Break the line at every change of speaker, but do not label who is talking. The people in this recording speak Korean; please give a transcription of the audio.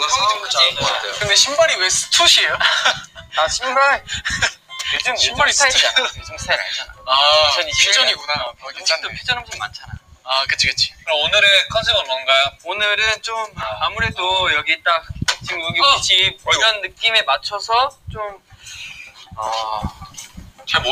그
나쁘지 않은 것 같아요.
근데 신발이 왜 스투시예요?
아 신발 요즘
신발이
신발이 스타일이야.
스타일.
요즘 스타일 알잖아.
아,
비전이
비전이구나. 어,
요즘도
괜찮네.
패션 음식 많잖아.
아, 그치, 그치.
그럼 오늘의 컨셉은 뭔가요?
오늘은 좀 아무래도 어. 여기 딱 지금 여기 우리 집 이런 느낌에 맞춰서 좀
잘 모르.